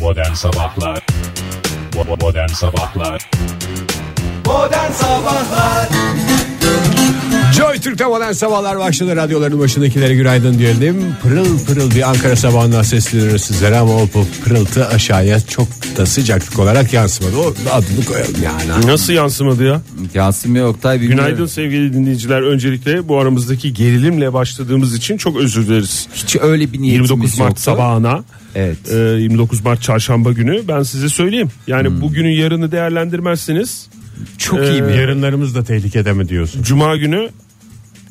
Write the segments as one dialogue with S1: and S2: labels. S1: Modern Sabahlar Bo- Modern Sabahlar
S2: Modern Sabahlar
S3: Joy Türk'te modern sabahlar başladı. Radyoların başındakilere günaydın diyelim. Pırıl pırıl bir Ankara sabahından sesleniyoruz sizlere ama o bu pırıltı aşağıya çok da sıcaklık olarak yansımadı. O adını koyalım yani.
S4: Nasıl yansımadı ya?
S5: Yansımıyor Oktay bilmiyorum.
S4: Günaydın sevgili dinleyiciler. Öncelikle bu aramızdaki gerilimle başladığımız için çok özür dileriz.
S5: Hiç öyle bir niyetimiz
S4: 29 Mart
S5: yoktu.
S4: sabahına.
S5: Evet.
S4: e, 29 Mart çarşamba günü ben size söyleyeyim. Yani
S5: Hmm.
S4: bugünün yarını değerlendirmezseniz
S5: Çok
S4: e,
S5: iyi bir
S3: Yarınlarımız da tehlikede mi diyorsun?
S4: cuma günü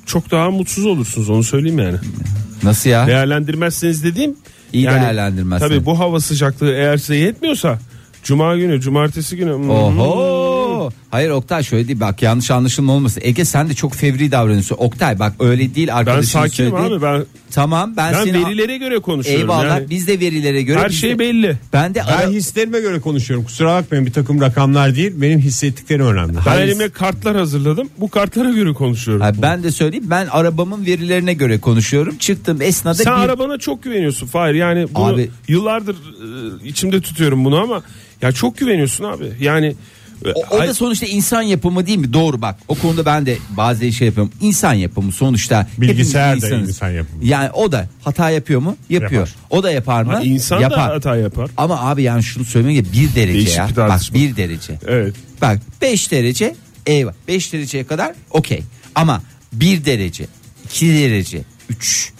S4: çok daha mutsuz olursunuz onu söyleyeyim yani.
S5: Nasıl ya?
S4: Değerlendirmezseniz dediğim
S5: İyi değerlendirmezsen.
S4: Tabii bu hava sıcaklığı eğer size yetmiyorsa cuma günü cumartesi günü hmm,
S5: Oho. Hayır Oktay şöyle değil bak yanlış anlaşılma olmasın. Ege sen de çok fevri davranıyorsun. Oktay bak öyle değil
S4: ben
S5: arkadaşım
S4: sakinim
S5: söyledi.
S4: abi ben
S5: Tamam ben,
S4: ben
S5: seni
S4: verilere göre konuşuyorum.
S5: Eyvallah
S4: yani.
S5: biz de verilere göre
S4: Her
S5: biz
S4: şey
S5: de-
S4: belli.
S5: Ben de ara-
S3: Ben hislerime göre konuşuyorum. Kusura bakmayın bir takım rakamlar değil. Benim hissettiklerim önemli.
S4: Ben elime kartlar hazırladım. Bu kartlara göre konuşuyorum.
S5: Ha, ben de söyleyeyim ben arabamın verilerine göre konuşuyorum. Çıktım esnada
S4: Sen
S5: bir-
S4: arabana çok güveniyorsun Fahir. Yani bunu
S5: Abi-
S4: yıllardır e, içimde tutuyorum bunu ama ya çok güveniyorsun abi. Yani e,
S5: O, o
S4: ay-
S5: da sonuçta insan yapımı değil mi? Doğru bak. O konuda ben de bazı şey yapıyorum. İnsan yapımı sonuçta.
S3: Bilgisayar
S5: hepimiz
S3: da
S5: insanız.
S3: insan yapımı.
S5: Yani o da hata yapıyor mu? Yapıyor.
S3: Yapar.
S5: O da yapar mı?
S4: Ha, insan da
S5: yapar.
S4: hata yapar.
S5: Ama abi yani şunu söylemeye bir derece
S4: Değişik
S5: ya.
S4: bir
S5: bak
S4: tartışma.
S5: bir derece.
S4: Evet.
S5: Bak 5 derece eyvah. 5 dereceye kadar okey. Ama 1 derece, 2 derece, 3.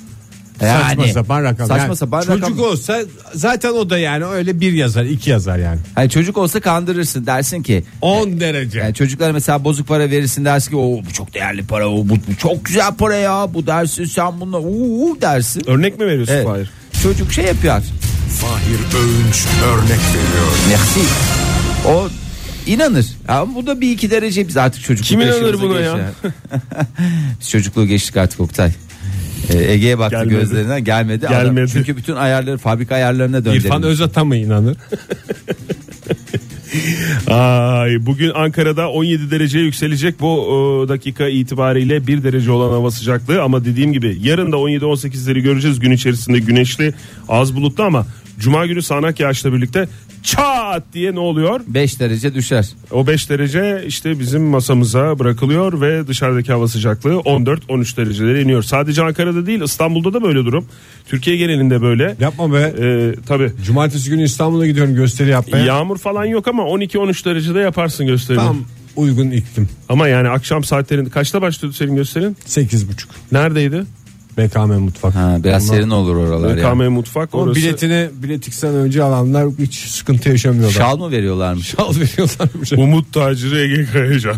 S3: saçma sapan rakam.
S5: Saçma
S3: Yani
S5: sapan
S3: çocuk
S5: rakam.
S3: olsa zaten o da yani öyle bir yazar iki yazar yani.
S5: Yani çocuk olsa kandırırsın dersin ki
S3: 10 derece.
S5: Yani çocuklara mesela bozuk para verirsin dersin ki o bu çok değerli para o bu, bu çok güzel para ya bu dersin sen bununla uuu dersin.
S4: örnek mi veriyorsun
S5: Evet.
S4: Fahir?
S5: Çocuk şey yapıyor.
S2: Fahir Öğünç örnek veriyor
S5: Merci. O inanır. Ama bu da bir iki derece biz artık çocukluk
S4: Kim inanır
S5: yaşımıza
S4: buna
S5: geçti
S4: ya?
S5: biz çocukluğu geçtik artık Oktay. Ee, Ege'ye baktı
S4: Gelmedi.
S5: gözlerinden gelmedi. Adam-
S4: Gelmedi.
S5: çünkü bütün ayarları fabrika ayarlarına döndü.
S3: İrfan Özat'a mı inanır?
S4: Ay, bugün Ankara'da 17 dereceye yükselecek bu e, dakika itibariyle 1 derece olan hava sıcaklığı ama dediğim gibi yarın da 17-18'leri göreceğiz gün içerisinde güneşli az bulutlu ama cuma günü sağanak yağışla birlikte çat diye ne oluyor?
S5: 5 derece düşer.
S4: O 5 derece işte bizim masamıza bırakılıyor ve dışarıdaki hava sıcaklığı 14-13 derecelere iniyor. Sadece Ankara'da değil İstanbul'da da böyle durum. Türkiye genelinde böyle.
S3: Yapma be.
S4: Ee, tabii.
S3: Cumartesi günü İstanbul'a gidiyorum gösteri yapmaya.
S4: Yağmur falan yok ama 12-13 derecede yaparsın gösterimi.
S3: Tam uygun iklim.
S4: Ama yani akşam saatlerinde kaçta başlıyordu senin gösterin?
S3: Sekiz buçuk.
S4: Neredeydi?
S3: BKM mutfak.
S5: Ha, biraz
S3: Ama-
S5: serin olur oralar ya.
S4: KM Mutfak
S3: Ama
S4: orası.
S3: biletini biletiksen önce alanlar hiç sıkıntı yaşamıyorlar.
S5: Şal mı veriyorlarmış?
S3: Şal veriyorlarmış.
S4: Umut Taciri Ege Kayacan.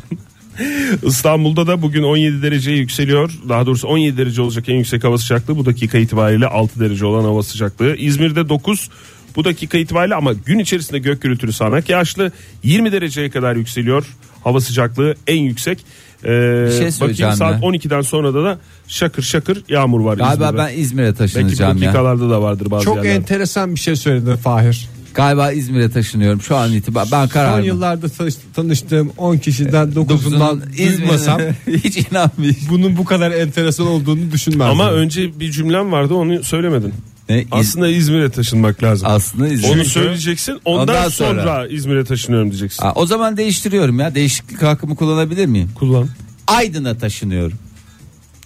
S4: İstanbul'da da bugün 17 dereceye yükseliyor. Daha doğrusu 17 derece olacak en yüksek hava sıcaklığı. Bu dakika itibariyle 6 derece olan hava sıcaklığı. İzmir'de 9 bu dakika itibariyle ama gün içerisinde gök gürültülü sağanak yağışlı 20 dereceye kadar yükseliyor. Hava sıcaklığı en yüksek. Ee, bakayım
S5: şey söyleyeceğim
S4: saat
S5: ya.
S4: 12'den sonra da, da şakır şakır yağmur var
S5: Galiba
S4: İzmir'de.
S5: ben İzmir'e
S4: Belki
S5: taşınacağım ya.
S4: dakikalarda da vardır bazı
S3: Çok
S4: yerlerde.
S3: enteresan bir şey söyledi Fahir.
S5: Galiba İzmir'e taşınıyorum şu an itibaren. Ben
S3: Son
S5: karar
S3: yıllarda tanış- tanıştığım 10 kişiden 9'undan duymasam
S5: hiç inanmıyorum.
S3: bunun bu kadar enteresan olduğunu düşünmezdim.
S4: Ama önce bir cümlem vardı onu söylemedin.
S5: Ne? İz-
S4: Aslında İzmir'e taşınmak lazım.
S5: aslında İzmir.
S4: Onu söyleyeceksin. Ondan,
S5: Ondan
S4: sonra,
S5: sonra.
S4: İzmir'e taşınıyorum diyeceksin.
S5: Aa, o zaman değiştiriyorum ya. Değişiklik hakkımı kullanabilir miyim?
S4: Kullan.
S5: Aydın'a taşınıyorum.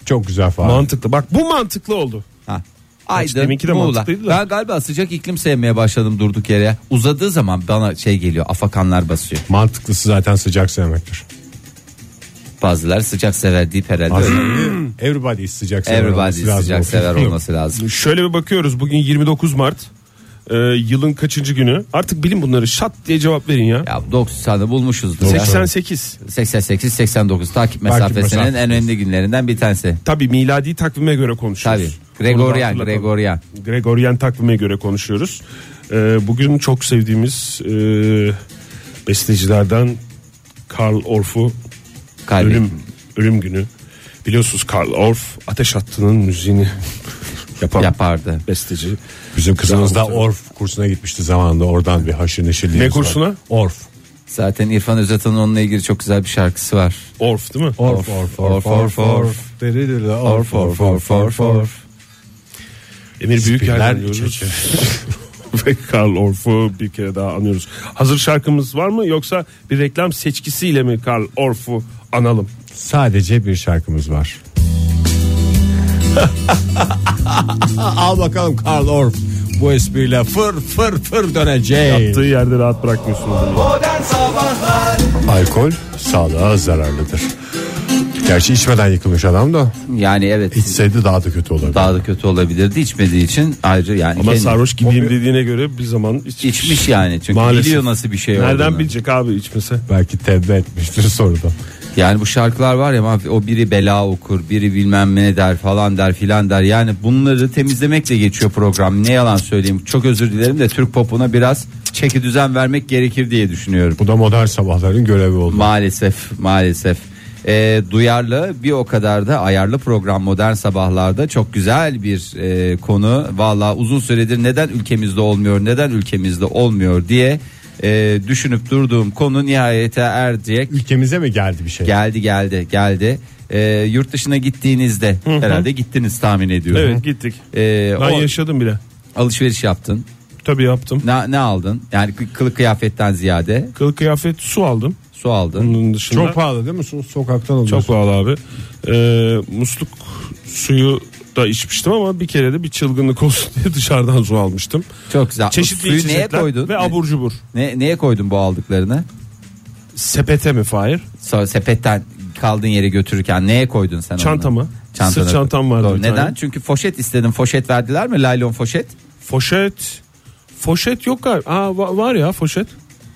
S3: çok güzel Fahir.
S4: Mantıklı. Bak bu mantıklı oldu.
S5: Ha.
S4: işte
S5: Aydın,
S4: deminki de
S5: Muğla.
S4: mantıklıydı da.
S5: Ben galiba sıcak iklim sevmeye başladım durduk yere. Uzadığı zaman bana şey geliyor. Afakanlar basıyor.
S3: Mantıklısı zaten sıcak sevmektir.
S5: Bazılar sıcak sever deyip herhalde. öyle.
S3: Everybody sıcak sever.
S5: Everybody
S3: olması lazım
S5: sıcak
S3: olsun.
S5: sever olması lazım.
S4: Şöyle bir bakıyoruz. Bugün 29 Mart. Ee, yılın kaçıncı günü? Artık bilin bunları. Şat diye cevap verin ya.
S5: Ya 90'da bulmuşuzdur. ya.
S4: 88.
S5: 88 89 takip mesafesinin
S3: mesafesi.
S5: en önemli günlerinden bir tanesi.
S4: Tabii miladi takvime göre
S5: Tabii.
S4: konuşuyoruz. Onu da
S5: Gregorian,
S4: hatırlatalım.
S5: Gregorian.
S4: Gregorian takvime göre konuşuyoruz. Ee, bugün çok sevdiğimiz e, bestecilerden Karl Orff'u
S5: Kalbi.
S4: ölüm ölüm günü. Biliyorsunuz Karl Orff Ateş Hattı'nın müziğini yapan
S5: yapardı.
S4: besteci.
S3: Bizim kızımız da Orf kursuna gitmişti zamanında. Oradan bir haşır neşirliğimiz
S4: Ne
S3: var.
S4: kursuna?
S3: Orf.
S5: Zaten İrfan Özat'ın onunla ilgili çok güzel bir şarkısı var.
S4: Orff değil mi?
S3: Orf
S5: orf, orf, orf, orf.
S3: Dırırırı,
S5: Orf orf orf orf orf.
S4: Emir Büyük
S3: Spiller
S4: diyoruz.
S3: içecek.
S4: ve Karl Orff'u bir kere daha anıyoruz. Hazır şarkımız var mı yoksa bir reklam seçkisiyle mi Karl Orff'u analım?
S3: Sadece bir şarkımız var. Al bakalım Karl Orff. Bu espriyle fır fır fır dönecek.
S4: Yaptığı yerde rahat bırakmıyorsunuz. beni.
S2: Modern Sabahlar
S3: Alkol sağlığa zararlıdır. Gerçi içmeden yıkılmış adam da
S5: Yani evet
S3: içseydi daha da kötü olurdu.
S5: daha da kötü olabilirdi içmediği için ayrıca yani
S4: Ama
S5: kendi-
S4: sarhoş gibiyim dediğine göre bir zaman içmiş.
S5: içmiş yani çünkü
S4: Maalesef.
S5: biliyor nasıl bir şey
S4: Nereden
S5: olduğunu.
S4: bilecek abi içmese?
S3: Belki tevbe etmiştir soruda.
S5: Yani bu şarkılar var ya mahv- o biri bela okur, biri bilmem ne der falan der filan der. Yani bunları temizlemekle geçiyor program. Ne yalan söyleyeyim. Çok özür dilerim de Türk popuna biraz çeki düzen vermek gerekir diye düşünüyorum.
S3: Bu da modern sabahların görevi oldu.
S5: Maalesef, maalesef. Ee, duyarlı bir o kadar da ayarlı program modern sabahlarda çok güzel bir e, konu. Valla uzun süredir neden ülkemizde olmuyor, neden ülkemizde olmuyor diye e, düşünüp durduğum konu nihayete erecek.
S3: Ülkemize mi geldi bir şey?
S5: Geldi geldi geldi. Ee, yurt dışına gittiğinizde herhalde gittiniz tahmin ediyorum.
S4: Evet gittik.
S5: Ee,
S4: Ben
S5: o-
S4: yaşadım bile.
S5: alışveriş yaptın.
S4: Tabii yaptım.
S5: Ne, ne aldın? Yani kı- kılık kıyafetten ziyade
S4: Kılık kıyafet su aldım.
S5: su aldın.
S4: Bunun dışında.
S3: Çok pahalı değil mi? Su- Sokaktan alıyorsun.
S4: Çok pahalı abi. Ee, musluk suyu da içmiştim ama bir kere de bir çılgınlık olsun diye dışarıdan su almıştım.
S5: Çok güzel.
S4: Çeşitli
S5: Suyu neye
S4: içecekler
S5: koydun?
S4: ve abur cubur.
S5: Ne, neye koydun bu aldıklarını?
S4: Sepete mi Fahir?
S5: Sonra sepetten kaldığın yere götürürken neye koydun sen
S4: Çantama.
S5: onu? Çantana
S4: Sırt çantam vardı
S5: Doğru.
S4: bir
S5: Neden?
S4: tane.
S5: Çünkü foşet istedim. Foşet verdiler mi? Laylon foşet.
S4: Foşet. Foşet yok galiba. Aa, va- var ya foşet.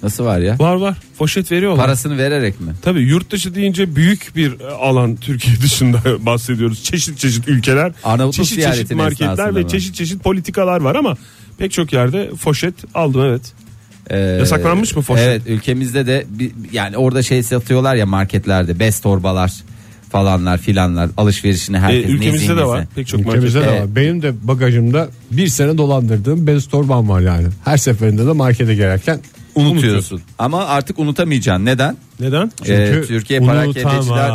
S5: Nasıl var ya?
S4: Var var. Foşet veriyorlar.
S5: Parasını vererek mi?
S4: Tabii yurt dışı deyince büyük bir e, alan Türkiye dışında bahsediyoruz. Çeşit çeşit ülkeler,
S5: Arnavutluk
S4: çeşit çeşit
S5: ziyaretinin
S4: marketler
S5: esnasında
S4: ve
S5: mı?
S4: çeşit çeşit politikalar var ama pek çok yerde foşet aldım evet.
S5: Ee,
S4: Yasaklanmış mı foşet?
S5: Evet ülkemizde de bir- yani orada şey satıyorlar ya marketlerde bez torbalar falanlar filanlar alışverişini
S4: E,
S5: herkes
S4: ülkemizde de
S5: nezih
S4: var
S5: nezih.
S4: pek çok market.
S3: Ülkemizde de
S5: Evet.
S3: var. Benim de bagajımda bir sene dolandırdığım bez torbam var yani. Her seferinde de markete gelirken
S5: Unutuyorsun. Ama artık unutamayacaksın. Neden?
S4: Neden?
S3: Çünkü
S5: Ee, Türkiye para kendeciler
S4: unutama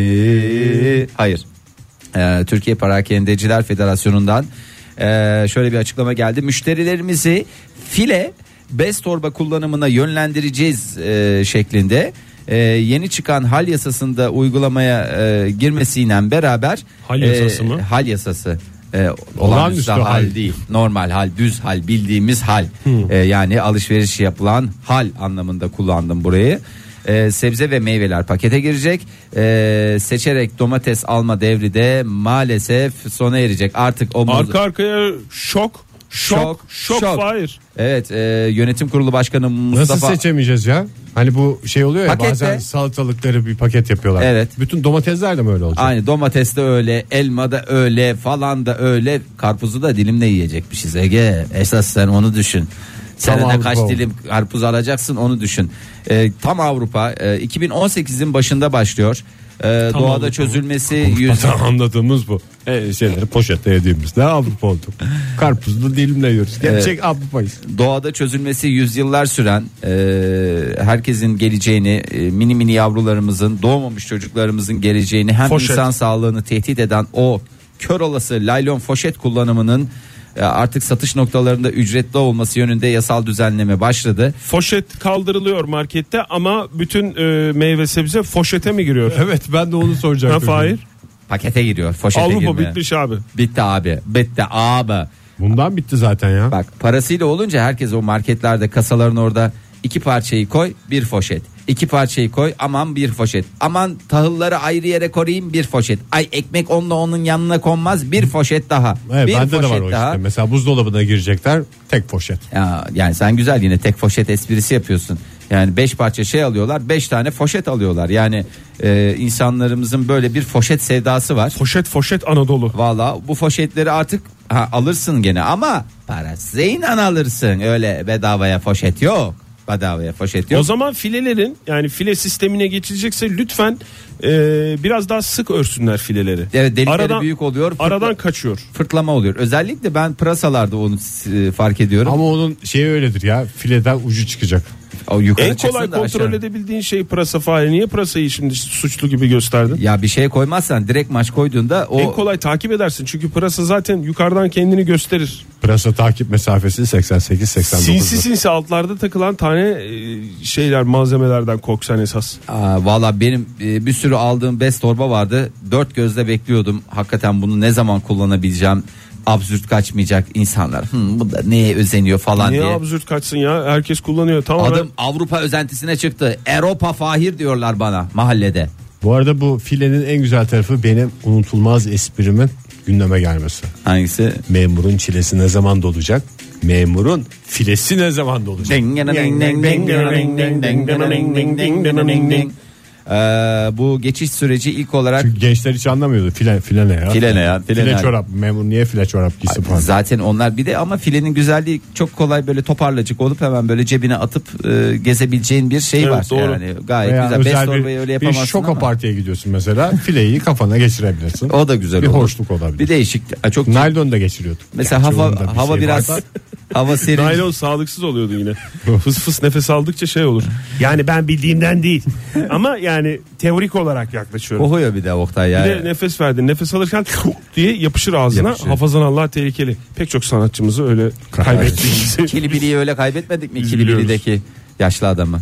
S5: beni. Hayır. Ee, Türkiye Parakendeciler Federasyonu'ndan ee, şöyle bir açıklama geldi. Müşterilerimizi file bez torba kullanımına yönlendireceğiz ee, şeklinde. Ee, yeni çıkan hal yasasında uygulamaya ee, girmesiyle beraber
S4: Hal
S5: ee,
S4: yasası mı?
S5: hal yasası ee,
S3: Olağanüstü
S5: olağanüstü hal,
S3: hal.
S5: değil normal hal düz hal bildiğimiz hal
S4: Hmm.
S5: Ee, yani alışveriş yapılan hal anlamında kullandım burayı Ee, sebze ve meyveler pakete girecek Ee, seçerek domates alma devri de maalesef sona erecek artık o
S4: Arka arkaya şok, şok, şok, şok, Fahir.
S5: evet e, yönetim kurulu başkanı
S3: Nasıl
S5: Mustafa
S3: seçemeyeceğiz ya? Hani bu şey oluyor ya
S5: Pakette.
S3: bazen salatalıkları bir paket yapıyorlar.
S5: Evet.
S3: Bütün domatesler de mi öyle olacak?
S5: Aynı domates de öyle, elma da öyle, falan da öyle. Karpuzu da dilimle yiyecekmişiz Ege. Esas sen onu düşün. Senede
S3: Avrupa
S5: kaç
S3: oldu.
S5: dilim karpuz alacaksın onu düşün. Ee, tam Avrupa e, 2018'in başında başlıyor. Ee, doğada
S4: Avrupa.
S5: çözülmesi yüz...
S3: Anladığımız bu. E, şeyleri poşette yediğimiz. Ne Avrupa olduk. Karpuzlu dilimle yiyoruz. Gerçek Avrupa'yız.
S5: doğada çözülmesi yüzyıllar süren e, herkesin geleceğini e, mini mini yavrularımızın doğmamış çocuklarımızın geleceğini hem
S4: Foşet.
S5: insan sağlığını tehdit eden o kör olası laylon foşet kullanımının e, artık satış noktalarında ücretli olması yönünde yasal düzenleme başladı.
S4: Foşet kaldırılıyor markette ama bütün e, meyve sebze foşete mi giriyor?
S3: Evet ben de onu
S4: Ha
S3: soracaktım.
S4: Fahir?
S5: Pakete giriyor foşete
S4: Avrupa
S5: girmiyor.
S4: bitmiş abi.
S5: Bitti abi bitti abi.
S3: Bundan bitti zaten ya.
S5: Bak parasıyla olunca herkes o marketlerde kasaların orada iki parçayı koy bir foşet. İki parçayı koy aman bir foşet. Aman tahılları ayrı yere koyayım bir foşet. Ay ekmek onunla onun yanına konmaz bir foşet daha.
S3: Evet,
S5: bir
S3: E, bende de var o
S5: daha.
S3: işte. Mesela buzdolabına girecekler tek poşet.
S5: Ya, yani sen güzel yine tek foşet esprisi yapıyorsun. Yani beş parça şey alıyorlar beş tane foşet alıyorlar. Yani e, insanlarımızın böyle bir foşet sevdası var.
S4: Foşet foşet Anadolu.
S5: Valla bu foşetleri artık ha, alırsın gene ama parası inan alırsın. Öyle bedavaya foşet yok. Bedavaya foşet yok.
S4: O zaman filelerin yani file sistemine geçilecekse lütfen e, biraz daha sık örsünler fileleri.
S5: Evet, delikleri büyük oluyor. Fırtına-
S4: Aradan kaçıyor.
S5: Fırtlama oluyor. Özellikle ben pırasalarda onu e, fark ediyorum.
S3: Ama onun şeyi öyledir ya fileden ucu çıkacak.
S5: O yukarı
S4: en kolay
S5: çıksın da
S4: kontrol
S5: aşağı.
S4: edebildiğin şey pırasa faili. Niye pırasayı şimdi suçlu gibi gösterdin?
S5: Ya bir şey koymazsan direkt maç koyduğunda o
S4: En kolay takip edersin çünkü pırasa zaten yukarıdan kendini gösterir.
S3: Pırasa takip mesafesi 88-89.
S4: Sinsi sinsi altlarda takılan tane e, şeyler malzemelerden korksan esas.
S5: Aa, Valla benim e, bir sürü aldığım bez torba vardı. Dört gözle bekliyordum. Hakikaten bunu ne zaman kullanabileceğim? Absürt kaçmayacak insanlar. Hmm, bu da neye özeniyor falan
S4: Niye
S5: diye.
S4: absürt kaçsın ya herkes kullanıyor tamam.
S5: Adım Avrupa özentisine çıktı. Europa Fahir diyorlar bana mahallede.
S3: Bu arada bu filenin en güzel tarafı benim unutulmaz esprimin gündeme gelmesi.
S5: Hangisi?
S3: Memurun çilesi ne zaman dolacak? Memurun filesi ne zaman dolacak?
S5: Ee, bu geçiş süreci ilk olarak
S3: Çünkü gençler hiç anlamıyordu. File, file ne ya?
S5: File ne ya? File
S3: File,
S5: ne?
S3: çorap. Memur niye file çorap giysin falan.
S5: Zaten onlar bir de ama filenin güzelliği çok kolay böyle toparlacık olup hemen böyle cebine atıp e, gezebileceğin bir şey
S4: Evet,
S5: var.
S4: doğru.
S5: Yani gayet
S3: Veya
S5: güzel. Best
S3: özel
S5: torbayı öyle
S3: bir, bir
S5: yapamazsın
S3: şoka
S5: ama.
S3: partiye gidiyorsun mesela. Fileyi kafana geçirebilirsin.
S5: O da güzel
S3: Bir
S5: olur.
S3: hoşluk olabilir.
S5: Bir değişik. Aa, Çok
S3: Naylon da geçiriyorduk.
S5: mesela
S3: Gerçi onun da bir
S5: hava hava
S3: şey
S5: biraz
S3: var da.
S5: hava serin.
S4: Naylon sağlıksız oluyordu yine. fıs fıs nefes aldıkça şey olur. Yani ben bildiğimden değil. Ama yani teorik olarak yaklaşıyorum.
S5: Kokuyor bir de Oktay
S4: Bir
S5: yani.
S4: de nefes verdin. Nefes alırken diye yapışır ağzına.
S5: Yapışır.
S4: Hafazan Allah tehlikeli. Pek çok sanatçımızı öyle kaybettiğimizi.
S5: Kilibili'yi öyle kaybetmedik mi?
S4: Biz
S5: Kilibili'deki yaşlı adamı.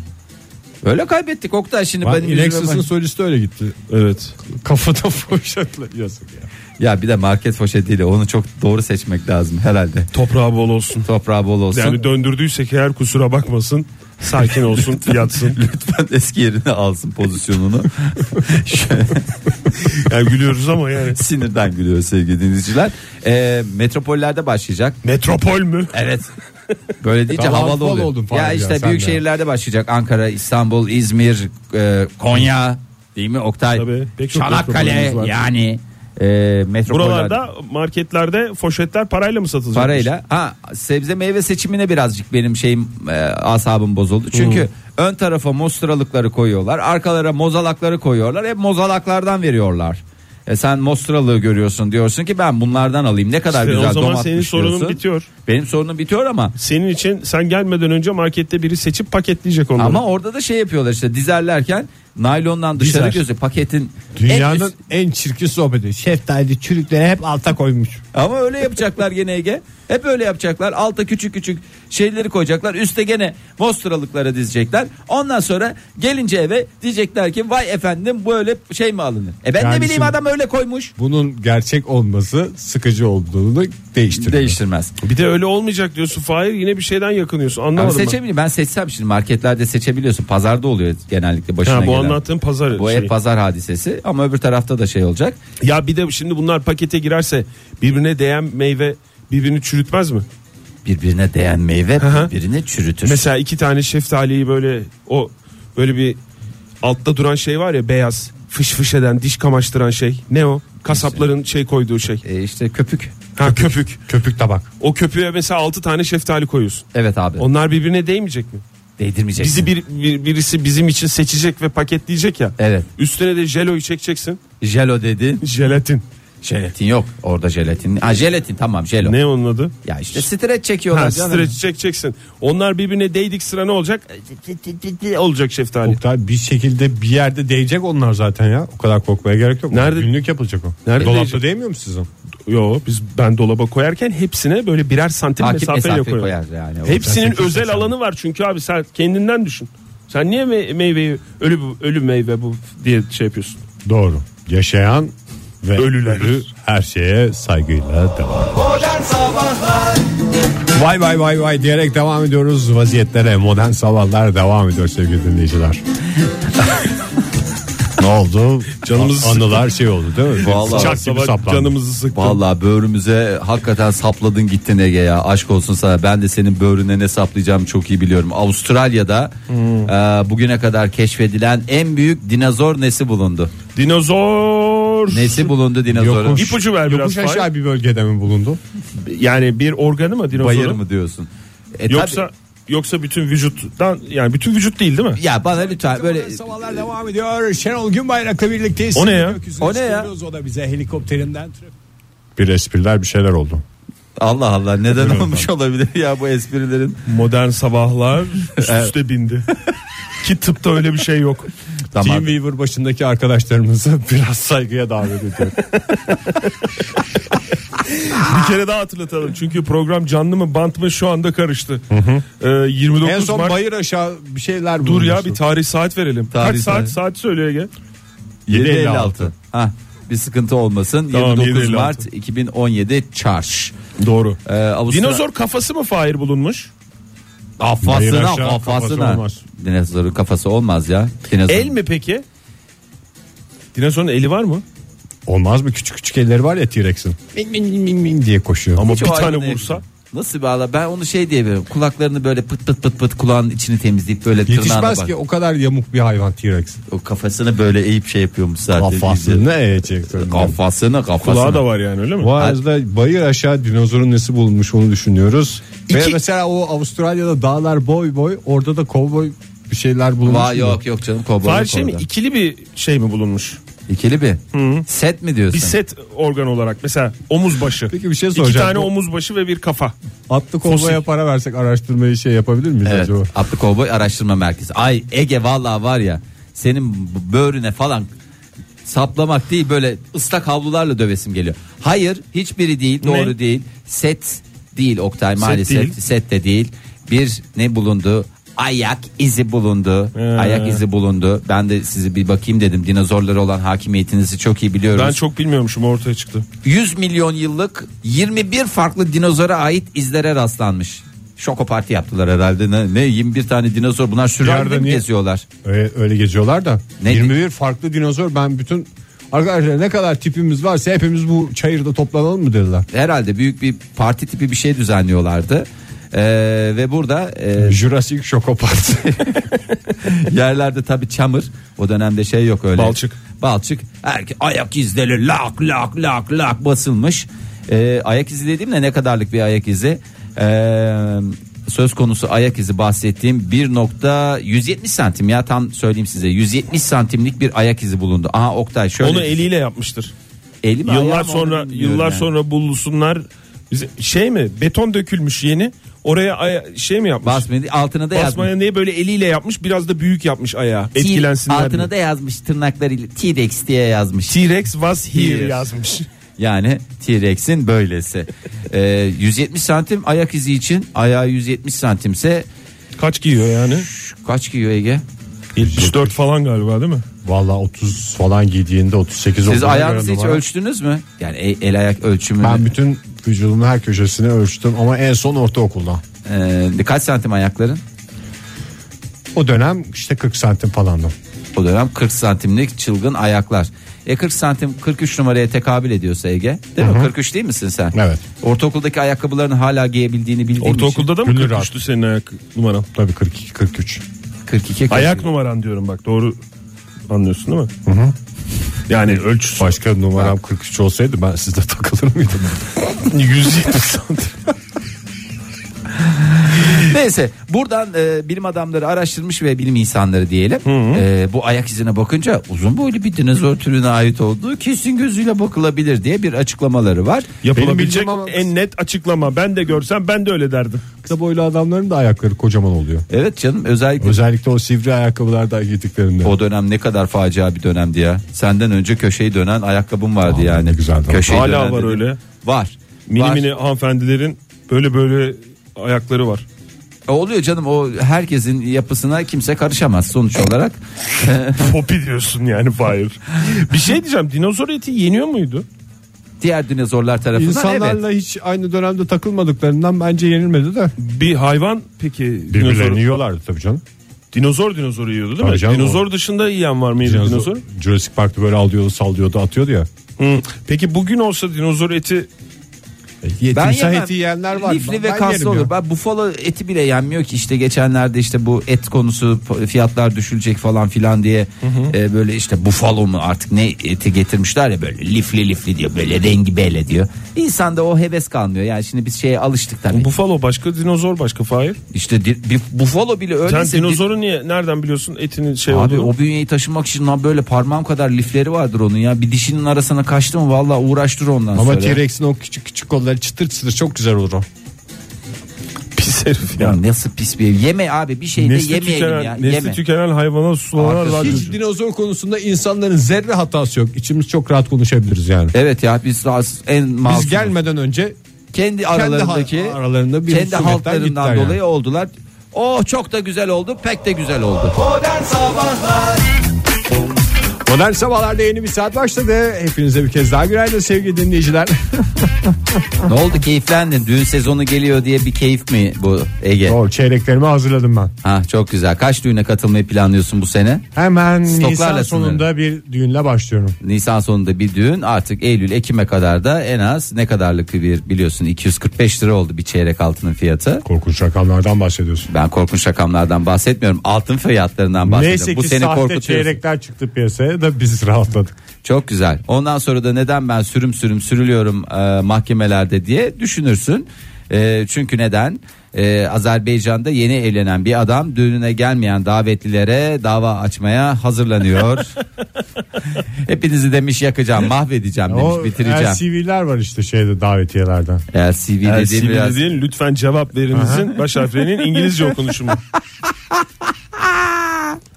S5: Öyle kaybettik Oktay şimdi.
S3: Bak,
S5: benim yüzüme
S3: Inexus'un
S5: bak.
S3: solisti öyle gitti.
S4: evet.
S3: Kafada foşatla yazık ya.
S5: Ya bir de market poşetiyle onu çok doğru seçmek lazım herhalde.
S4: Toprağı bol olsun.
S5: Toprağı bol olsun.
S4: Yani döndürdüysek eğer kusura bakmasın. Sakin olsun, yatsın.
S5: Lütfen eski yerine alsın pozisyonunu.
S4: Yani gülüyoruz ama yani.
S5: Sinirden gülüyor sevgili dinleyiciler. Ee, metropollerde başlayacak.
S4: Metropol mü?
S5: Evet. Böyle deyince
S3: Tamam,
S5: havalı
S3: havalı
S5: oluyor.
S3: oldun Fahir
S5: ya
S3: ya,
S5: işte
S3: sen
S5: büyük
S3: de.
S5: şehirlerde başlayacak. Ankara, İstanbul, İzmir, e, Konya değil mi Oktay?
S4: Tabii, pek çok
S5: Çanakkale
S4: metropolümüz var.
S5: yani e, metropollerde.
S4: Buralarda marketlerde foşetler parayla mı satılacak?
S5: Parayla. Ha sebze meyve seçimine birazcık benim şeyim e, asabım bozuldu. Çünkü ön tarafa mostralıkları koyuyorlar. Arkalara mozalakları koyuyorlar. Hep mozalaklardan veriyorlar. E sen mostralığı görüyorsun diyorsun ki ben bunlardan alayım. Ne kadar
S4: İşte o
S5: güzel
S4: zaman
S5: domatmış
S4: senin sorunun
S5: diyorsun.
S4: bitiyor.
S5: Benim sorunum bitiyor ama
S4: Senin için sen gelmeden önce markette biri seçip paketleyecek onları.
S5: ama orada da şey yapıyorlar işte dizerlerken naylondan dışarı
S3: Dizer.
S5: gözü paketin en
S3: Dünyanın
S5: üst-
S3: en, çirkin sohbeti. Şeftali çürükleri hep alta koymuş.
S5: ama öyle yapacaklar gene Ege. Hep öyle yapacaklar. Alta küçük küçük şeyleri koyacaklar. Üste gene mostralıkları dizecekler. Ondan sonra gelince eve diyecekler ki vay efendim böyle şey mi alınır? E ben
S3: Yani
S5: ne bileyim
S3: şimdi-
S5: adam öyle koymuş.
S3: Bunun gerçek olması sıkıcı olduğunu değiştiriyor.
S5: Değiştirmez.
S4: Bir de öyle olmayacak diyorsun. Fahir yine bir şeyden yakınıyorsun.
S5: Ama
S4: Anlamadım ben.
S5: seçebilirim. Ben seçsem şimdi marketlerde seçebiliyorsun. Pazarda oluyor genellikle başına
S4: Ha, bu
S5: gelen.
S4: anlattığın şey. pazar
S5: Bu
S4: şeyi.
S5: hep pazar hadisesi ama öbür tarafta da şey olacak.
S4: Ya bir de şimdi bunlar pakete girerse birbirine değen meyve birbirini çürütmez mi?
S5: Birbirine değen meyve
S4: hı.
S5: birbirini çürütür.
S4: Mesela iki tane şeftaliyi böyle o böyle bir altta duran şey var ya beyaz fış fış eden diş kamaştıran şey. Ne o? Kasapların şey koyduğu şey.
S5: E işte köpük.
S4: Ha köpük.
S3: Köpük tabak.
S4: O köpüğe mesela 6 tane şeftali koyuyorsun.
S5: Evet abi.
S4: Onlar birbirine değmeyecek mi?
S5: değdirmeyeceksin.
S4: Bizi bir, bir- birisi bizim için seçecek ve paketleyecek ya.
S5: Evet.
S4: Üstüne de jeloyu çekeceksin.
S5: Jelo dedi.
S4: Jelatin.
S5: Jelatin yok. Orada jelatin. Ha jelatin tamam jelo.
S4: Ne onun adı?
S5: Ya işte streç çekiyorlar
S4: Ha,
S5: canım.
S4: streç çekeceksin. Onlar birbirine değdik sıra ne olacak? Olacak şeftali.
S3: Oktay bir şekilde bir yerde değecek onlar zaten ya. O kadar korkmaya gerek yok.
S4: Nerede-
S3: Günlük yapılacak o.
S4: Nerede
S3: Dolapta
S4: değecek?
S3: değmiyor mu sizin?
S4: Yo biz ben dolaba koyarken hepsine böyle birer santim
S5: Takip
S4: mesafeyle
S5: mesafe
S4: koyuyorum.
S5: koyar yani. O
S4: Hepsinin
S3: santim,
S4: özel
S3: santim.
S4: alanı var çünkü abi sen kendinden düşün. Sen niye me- meyveyi ölü bu- ölü meyve bu diye şey yapıyorsun?
S3: Doğru. Yaşayan ve
S4: Ölüler.
S3: ölü her şeye saygıyla devam. Vay vay vay vay diyerek devam ediyoruz vaziyetlere. Modern sabahlar devam ediyor sevgili dinleyiciler. ne oldu? Canımız anılar şey oldu değil mi?
S5: Vallahi
S3: Bıçak gibi
S4: Sabah
S3: saplandı.
S4: canımızı sıktın.
S5: Vallahi böğrümüze hakikaten sapladın gittin Ege ya. Aşk olsun sana. Ben de senin böğrüne ne saplayacağımı çok iyi biliyorum. Avustralya'da e, bugüne kadar keşfedilen en büyük dinozor nesi bulundu?
S4: Dinozor.
S5: Nesi bulundu dinozorun?
S3: Yokuş,
S4: İpucu ver biraz
S3: yokuş
S5: şey
S3: aşağı bir bölgede mi bulundu?
S4: Yani bir organı mı dinozorun?
S5: Bayır mı diyorsun? E,
S4: Yoksa
S5: tabii-
S4: yoksa bütün vücuttan yani bütün vücut değil değil mi?
S5: ya bana lütfen böyle
S3: Sabahlar devam ediyor. Şenol Günbayrak'la birlikteyiz.
S4: O ne ya?
S3: Gökyüzünü
S5: O ne ya?
S3: istiyoruz. O da bize helikopterinden. Bir espriler bir şeyler oldu.
S5: Allah Allah neden olmuş olabilir ya bu esprilerin.
S4: Modern sabahlar üst üste bindi. Ki tıpta öyle bir şey yok.
S5: Tamam.
S3: Teamweaver başındaki arkadaşlarımıza biraz saygıya davet ediyorum.
S4: Bir kere daha hatırlatalım. Çünkü program canlı mı bant mı şu anda karıştı. Ee,
S3: en
S4: 29
S3: son
S4: Mart.
S3: bayır aşağı bir şeyler
S4: Dur ya
S3: bulmuştum.
S4: bir tarih saat verelim.
S5: Tarih,
S4: Kaç saat?
S5: tarih.
S4: Saat söyle Ege.
S5: 7.56. Ha bir sıkıntı olmasın.
S4: Tamam,
S5: 29
S4: 7.56.
S5: Mart 2017 çarş.
S4: Doğru.
S5: Ee, Avustra-
S4: Dinozor kafası mı Fahir bulunmuş?
S3: Hayır
S5: Afasına,
S3: aşağı, kafası
S5: afasına.
S3: olmaz.
S5: Dinozorun kafası olmaz ya. Dinozor.
S4: El mi peki? Dinozorun eli var mı?
S3: Olmaz mı küçük küçük elleri var ya T-Rex'in. Ming ming ming ming diye koşuyor.
S4: Ama bir
S5: o
S4: tane
S5: ayrı değil.
S4: vursa.
S5: Nasıl bir ala? Ben onu şey diye biliyorum. Kulaklarını böyle pıt pıt pıt pıt kulağın içini temizleyip böyle tırnağına
S3: Yetişmez
S5: bak.
S3: ki o kadar yamuk bir hayvan T-Rex.
S5: O kafasını böyle eğip şey yapıyormuş zaten.
S3: Kafasını eğecek.
S5: Kafasını kafasını.
S4: Kulağı da var yani öyle mi?
S3: Bu arada bayır aşağı dinozorun nesi bulunmuş onu düşünüyoruz. Ve
S5: İki-
S3: mesela o Avustralya'da dağlar boy boy orada da kovboy bir şeyler bulunmuş.
S5: Vay
S3: mu?
S5: yok yok canım kovboy.
S4: Fahir
S5: yok
S4: şey mi?
S5: orada.
S4: İkili bir şey mi bulunmuş?
S5: İkili bir. Set mi diyorsun?
S4: Bir set organ olarak mesela omuz başı.
S3: Peki bir şey
S4: İki
S3: soracağım.
S4: tane
S3: Bu-
S4: omuz başı ve bir kafa.
S3: Atlı kovboya
S4: Fosil.
S3: para versek araştırmayı şey yapabilir miyiz
S5: Evet.
S3: acaba?
S5: Atlı Kovboy Araştırma Merkezi. Ay Ege vallahi var ya senin b- böğrüne falan saplamak değil böyle ıslak havlularla dövesim geliyor. Hayır hiçbiri değil doğru
S4: Ne?
S5: değil. Set değil Oktay maalesef.
S4: değil.
S5: Set de değil. Bir ne bulundu? Ayak izi bulundu.
S4: Ee.
S5: Ayak izi bulundu. Ben de sizi bir bakayım dedim. Dinozorlara olan hakimiyetinizi çok iyi biliyoruz.
S4: Ben çok bilmiyormuşum ortaya çıktı.
S5: 100 milyon yıllık 21 farklı dinozora ait izlere rastlanmış. Şoko parti yaptılar herhalde. Ne, ne 21 tane dinozor bunlar
S3: Yerde
S5: sürülerinde mi
S3: niye-
S5: geziyorlar?
S3: Öyle, öyle geziyorlar da.
S5: Ne-
S3: 21 farklı dinozor ben bütün arkadaşlar ne kadar tipimiz varsa hepimiz bu çayırda toplanalım mı dediler.
S5: Herhalde büyük bir parti tipi bir şey düzenliyorlardı. Ee, ve burada e,
S3: Jurassic Şoko Parti.
S5: yerlerde tabi çamur. O dönemde şey yok öyle.
S4: Balçık.
S5: Balçık. Erke, ayak izleri lak lak lak lak basılmış. Ee, ayak izi dediğimde ne kadarlık bir ayak izi? Ee, söz konusu ayak izi bahsettiğim 1.170 santim ya tam söyleyeyim size 170 santimlik bir ayak izi bulundu. Aha Oktay şöyle.
S4: Onu eliyle yapmıştır.
S5: Eli mi,
S4: yıllar
S5: ayağı mı onu
S4: sonra
S5: bilmiyorum
S4: yıllar
S5: yani.
S4: sonra bulsunlar. Bize, şey mi? Beton dökülmüş yeni. Oraya aya- şey mi yapmış?
S5: basmayı altına da yazmış.
S4: Basmaya niye böyle eliyle yapmış? Biraz da büyük yapmış ayağı. Etkilensinler.
S5: Altına
S4: diye.
S5: da yazmış tırnaklarıyla T-Rex diye yazmış.
S4: T-Rex was
S5: Here.
S4: here yazmış.
S5: Yani T-Rex'in böylesi. Ee, 170 santim ayak izi için ayağı 170 santimse
S4: Kaç giyiyor yani?
S5: şu kaç giyiyor Ege?
S4: 74 falan galiba değil mi?
S3: Valla 30 falan giydiğinde 38
S5: Siz
S3: olduğuna göre
S5: ayağınızı hiç
S3: numara.
S5: ölçtünüz mü? Yani e- el ayak ölçümü.
S3: Ben
S5: mü?
S3: bütün vücudumun her köşesini ölçtüm ama en son ortaokulda.
S5: Ee, kaç santim ayakların?
S3: O dönem işte 40 santim falandım.
S5: O dönem 40 santimlik çılgın ayaklar. E 40 santim 43 numaraya tekabül ediyorsa Ege. Değil mi? 43 değil misin sen?
S3: Evet.
S5: Ortaokuldaki ayakkabılarını hala giyebildiğini bildiğim
S4: Ortaokulda da mı
S3: Gönül rahat.
S4: kırmıştı senin ayak numaran?
S3: Tabii 42 43.
S5: için 42
S4: Ayak numaran diyorum bak doğru anlıyorsun değil mi? Yani ölçüsü
S3: Başka numaram 43 olsaydı ben sizde takılır mıydım?
S4: 170 santim.
S5: Neyse buradan e, bilim adamları araştırmış ve bilim insanları diyelim. E, bu ayak izine bakınca uzun boylu bir dinozor türüne ait olduğu kesin gözüyle bakılabilir diye bir açıklamaları var.
S4: Yapılabilecek
S3: bildiğim ama-
S4: en net açıklama. Ben de görsem ben de öyle derdim.
S3: Kısa boylu adamların da ayakları kocaman oluyor.
S5: Evet canım özellikle
S3: Özellikle o sivri ayakkabılarda giydiklerinde.
S5: o dönem ne kadar facia bir dönemdi ya. Senden önce köşeyi dönen ayakkabım vardı
S3: Aa,
S5: yani.
S3: ne güzeldi.
S5: Köşeyi
S4: Hala
S5: dönen
S4: var
S5: dedim.
S4: öyle.
S5: Var.
S4: Mini
S5: var.
S4: mini hanımefendilerin böyle böyle ayakları var.
S5: E, Oluyor canım o herkesin yapısına kimse karışamaz sonuç olarak.
S4: Popi diyorsun yani Fahir. Bir şey diyeceğim dinozor eti yeniyor muydu?
S5: Diğer dinozorlar tarafından evet.
S3: İnsanlarla hiç aynı dönemde takılmadıklarından bence yenilmedi de.
S4: Bir hayvan peki dinozor,
S3: Birbirlerini yiyorlardı tabii canım.
S4: dinozor dinozoru yiyordu değil
S3: Tabii
S4: mi?
S3: canım,
S4: dinozor dışında yiyen var mıydı dinozor?
S3: Jurassic Park'ta böyle alıyordu sallıyordu atıyordu ya.
S4: Hı. Peki bugün olsa dinozor eti
S3: Yetimsah
S5: yemem.
S3: E, eti yiyenler var.
S5: Lifli
S3: Ben-
S5: ve
S3: ben yerim
S5: kaslı
S3: ya.
S5: olur. Ben bufalo eti bile yenmiyor ki işte geçenlerde işte bu et konusu fiyatlar düşülecek falan filan diye e, böyle işte bufalo mu artık ne eti getirmişler ya böyle lifli lifli diyor böyle rengi böyle diyor. İnsanda o heves kalmıyor yani şimdi biz şeye alıştık tabii.
S4: Bufalo başka dinozor başka Fahir.
S5: işte di- bir bufalo bile
S4: Sen
S5: öyleyse.
S4: dinozoru niye nereden biliyorsun etinin şey
S5: Abi
S4: olduğunu?
S5: o bünyeyi taşımak için lan böyle parmağım kadar lifleri vardır onun ya. Bir dişinin arasına kaçtı mı valla uğraştır ondan
S3: Ama
S5: sonra.
S3: T-Rex'in o küçük küçük kolları da çıtır çıtır çok güzel olur o.
S4: Pis herif ya.
S5: Ya nasıl pis bir ev. Yeme abi bir şey de
S4: Nesli
S5: yemeyelim
S4: tükenen,
S5: ya.
S4: nesli
S5: Yeme.
S4: tükenen hayvana sulanan
S5: Arkası-
S4: radyocu.
S3: Hiç dinozor konusunda insanların zerre hatası yok. İçimiz çok rahat konuşabiliriz yani.
S5: Evet ya biz rahatsız- en masum.
S3: Biz gelmeden önce
S5: kendi aralarındaki
S3: ha- aralarında bir
S5: kendi
S3: husumetten gittiler
S5: halklarından
S3: yani.
S5: dolayı oldular. Oh çok da güzel oldu. Pek de güzel oldu.
S3: Modern Sabahlar'da yeni bir saat başladı. Hepinize bir kez daha günaydın sevgili dinleyiciler.
S5: ne oldu keyiflendin? Düğün sezonu geliyor diye bir keyif mi bu Ege?
S3: Doğru çeyreklerimi hazırladım ben.
S5: Ha çok güzel. Kaç düğüne katılmayı planlıyorsun bu sene?
S3: Hemen
S5: Stoklarla
S3: Nisan
S5: sınırlı.
S3: sonunda bir düğünle başlıyorum.
S5: Nisan sonunda bir düğün artık Eylül Ekim'e kadar da en az ne kadarlık bir biliyorsun 245 lira oldu bir çeyrek altının fiyatı.
S3: Korkunç rakamlardan bahsediyorsun.
S5: Ben korkunç rakamlardan bahsetmiyorum. Altın fiyatlarından bahsediyorum.
S3: Neyse ki
S5: bu seni
S3: sahte
S5: korkutuyorsun.
S3: çeyrekler çıktı piyasaya da biz rahatladık.
S5: Çok güzel. Ondan sonra da neden ben sürüm sürüm sürülüyorum e, mahkemelerde diye düşünürsün. E, çünkü neden? E, Azerbaycan'da yeni evlenen bir adam düğününe gelmeyen davetlilere dava açmaya hazırlanıyor. Hepinizi demiş yakacağım, mahvedeceğim demiş,
S3: O
S5: bitireceğim.
S3: LCV'ler var işte şeyde davetiyelerden.
S5: LCV dediğim
S4: LCV
S5: biraz
S4: dediğin lütfen cevap verimizin baş harflerinin İngilizce okunuşu mu?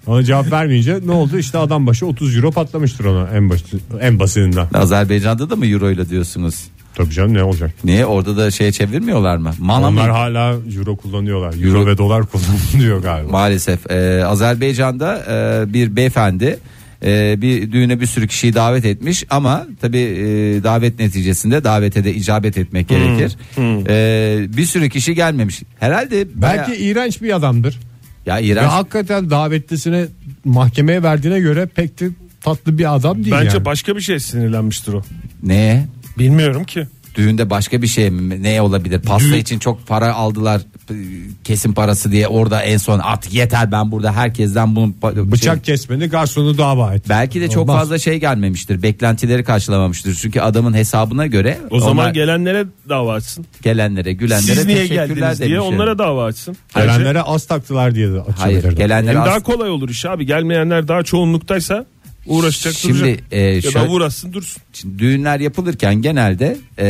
S3: Ona cevap vermeyince ne oldu? İşte adam başı 30 euro patlamıştır ona en baş en basitinden.
S5: Azerbaycan'da da mı euro ile diyorsunuz?
S3: Tabii canım ne olacak?
S5: Niye orada da şeye çevirmiyorlar mı? Mana mı?
S3: Onlar hala euro kullanıyorlar. Euro,
S5: Euro-
S3: ve dolar kullanılıyor galiba.
S5: Maalesef e, Azerbaycan'da e, bir beyefendi e, bir düğüne bir sürü kişiyi davet etmiş ama tabi davet neticesinde davete de icabet etmek
S4: Hmm.
S5: gerekir. E, bir sürü kişi gelmemiş. Herhalde
S3: Belki
S5: baya-
S3: iğrenç bir adamdır.
S5: ya iğrenç.
S3: Ve hakikaten davetlisine mahkemeye verdiğine göre pek de tatlı bir adam değil
S4: Bence
S3: yani.
S4: başka bir şey sinirlenmiştir o.
S5: Ne?
S4: Bilmiyorum ki.
S5: Düğünde başka bir şey mi? Ne olabilir? Pasta
S4: Düğün-
S5: için çok para aldılar. p- Kesin parası diye orada en son at yeter ben burada herkesten bunu pa-
S3: Bıçak
S5: şey-
S3: kesmedi garsonu dava et.
S5: Belki de çok
S3: Olmaz.
S5: fazla şey gelmemiştir. Beklentileri karşılamamıştır. Çünkü adamın hesabına göre
S4: O zaman
S5: onlar-
S4: gelenlere dava açsın.
S5: gelenlere gülenlere
S4: Siz niye
S5: teşekkürler
S4: geldiniz diye
S5: demişler.
S4: onlara dava açsın.
S3: Gelenlere az taktılar diye de
S5: Hayır
S3: açabilirler.
S5: gelenlere
S4: Hem
S5: az-
S4: daha kolay olur iş abi. Gelmeyenler daha çoğunluktaysa uğraşacak
S5: Şimdi,
S4: duracak.
S5: e,
S4: ya
S5: şöyle-
S4: da uğraşsın dursun.
S5: Şimdi düğünler yapılırken genelde e,